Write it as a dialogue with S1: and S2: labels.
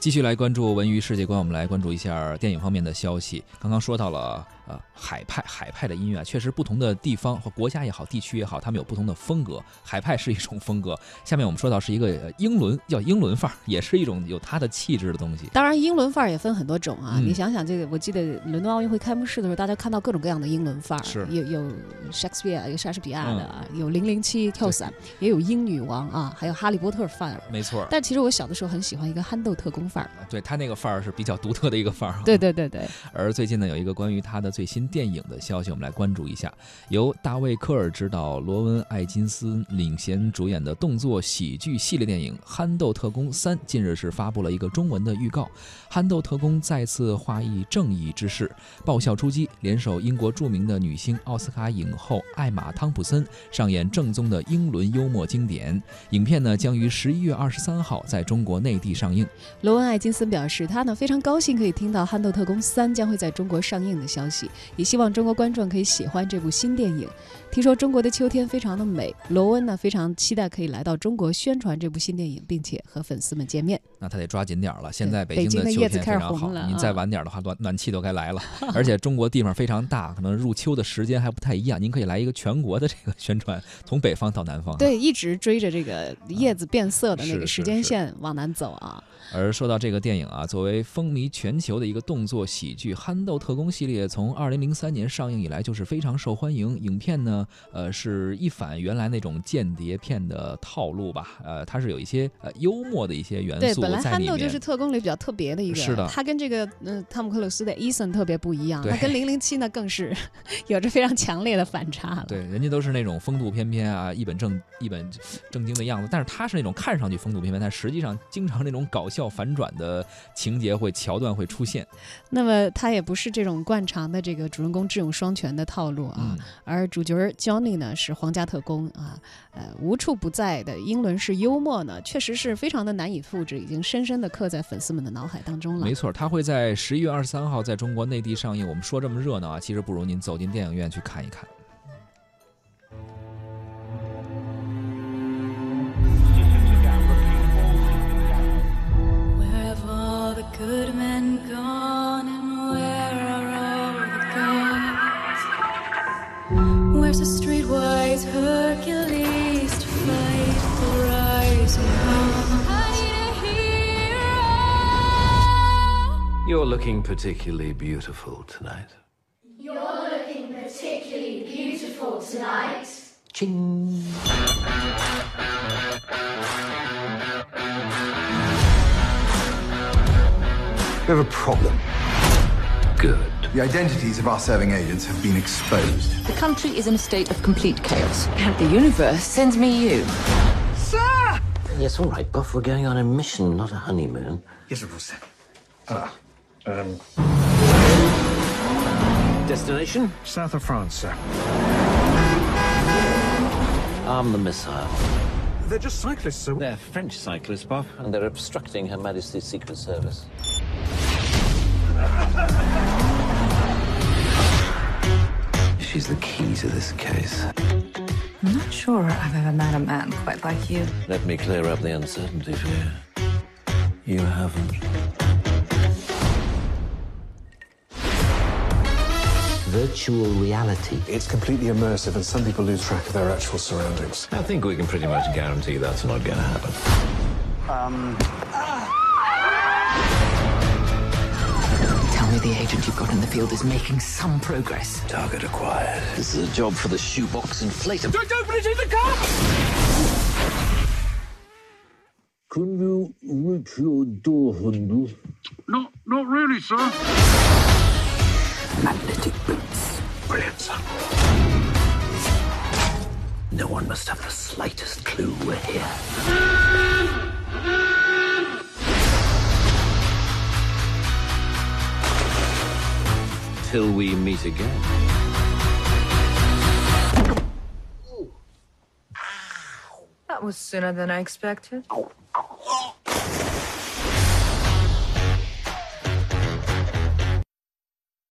S1: 继续来关注文娱世界观，我们来关注一下电影方面的消息。刚刚说到了，呃，海派海派的音乐啊，确实不同的地方或国家也好，地区也好，他们有不同的风格。海派是一种风格，下面我们说到是一个呃英伦，叫英伦范儿，也是一种有它的气质的东西。
S2: 当然，英伦范儿也分很多种啊。
S1: 嗯
S2: 你想想，这个我记得伦敦奥运会开幕式的时候，大家看到各种各样的英伦范儿，
S1: 是嗯
S2: 有有 Shakespeare 有莎士比亚的啊，有零零七跳伞，也有英女王啊，还有哈利波特范儿。
S1: 没错儿，
S2: 但其实我小的时候很喜欢一个憨豆特工范儿，
S1: 对他那个范儿是比较独特的一个范儿。啊
S2: 对对对对，
S1: 而最近呢，有一个关于他的最新电影的消息，我们来关注一下。由大卫·科尔执导、罗文·艾金斯领衔主演的动作喜剧系列电影《憨豆特工三》近日是发布了一个中文的预告。《憨豆特工》再次画意正义之势，爆笑出击，联手英国著名的女星奥斯卡影后艾玛·汤普森，上演正宗的英伦幽默经典。影片呢，将于十一月二十三号在中国内地上映。
S2: 罗文·艾金森表示，他呢非常高兴可以听到《憨豆特工三》将会在中国上映的消息，也希望中国观众可以喜欢这部新电影。听说中国的秋天非常的美，罗温呢非常期待可以来到中国宣传这部新电影，并且和粉丝们见面。
S1: 那他得抓紧点儿了。现
S2: 对
S1: 在
S2: 北
S1: 京
S2: 京
S1: 的
S2: 的
S1: 秋
S2: 叶
S1: 天
S2: 子
S1: 非
S2: 开始
S1: 常好，
S2: 红了
S1: 您
S2: 啊
S1: 再晚点儿的话，暖暖气都该来 了。而且中国地方非常大，可能入秋的时间还不太一样。您可以来一个全国的这个宣传，从北方到南方。。啊
S2: 对，一直追着这个叶子变色的那个
S1: 是
S2: 时
S1: 是
S2: 间
S1: 是
S2: 线往南走啊。
S1: 而说到这个电影啊，作为风靡全球的一个动作喜剧《憨豆特工》系列，从二零零三年上映以来就是非常受欢迎。影片呢，呃，是一反原来那种间谍片的套路吧，呃，它是有一些呃幽默的一些元
S2: 对，
S1: 素
S2: 本来
S1: 在
S2: 憨
S1: 里
S2: 豆
S1: 面。
S2: 就是特工里比较特别的一个，
S1: 是的
S2: 他跟这个嗯、呃汤姆克鲁斯的伊森特别不一样，
S1: 对
S2: 那跟零零七呢更是有着非常强烈的反差了。
S1: 对，人家都是那种风度翩翩啊，一本正一本正经的样子，但是他是那种看上去风度翩翩，但实际上经常那种搞笑反转的情节会桥段会出现
S2: 那么他也不是这种惯常的这个主人公智勇双全的套路啊，
S1: 嗯。
S2: 而主角 Johnny 呢是皇家特工啊，呃，无处不在的英伦式幽默呢，确实是非常的难以复制，已经深深的刻在粉丝们的脑海当中了
S1: 没。错，他会在十一月二十三号在中国内地上映。我们说这么热闹啊，其实不如您走进电影院去看一看。
S3: Where have all the good men gone and where are all the gods? Where's the streetwise Hercules to fight the rising sun? I need a hero.
S4: You're looking particularly beautiful tonight.
S5: We have a problem.
S4: Good.
S5: The identities of our serving agents have been exposed.
S6: The country is in a state of complete chaos. And the universe sends me you.
S7: Yes, all right, Buff. We're going on a mission, not a honeymoon.
S5: Yes, of course. Ah, um.
S7: Destination?
S8: South of France, sir.
S7: Arm the missile.
S8: They're just cyclists, sir.
S7: They're French cyclists, Buff, and they're obstructing Her Majesty's Secret Service.
S4: She's the key to this case.
S3: I'm not sure I've ever met a man quite like you.
S7: Let me clear up the uncertainty for you. You haven't. Virtual reality.
S8: It's completely immersive, and some people lose track of their actual surroundings.
S4: I think we can pretty much guarantee that's not going to happen.
S6: Tell me the agent you've got in the field is making some progress.
S4: Target acquired.
S7: This is a job for the shoebox inflator. Don't open it in the car!
S9: Can you reach your door handle?
S8: Not, not really, sir.
S6: Magnetic boots.
S4: Brilliant, sir. No one must have the slightest clue we're here. Till we meet again.
S3: That was sooner than I expected.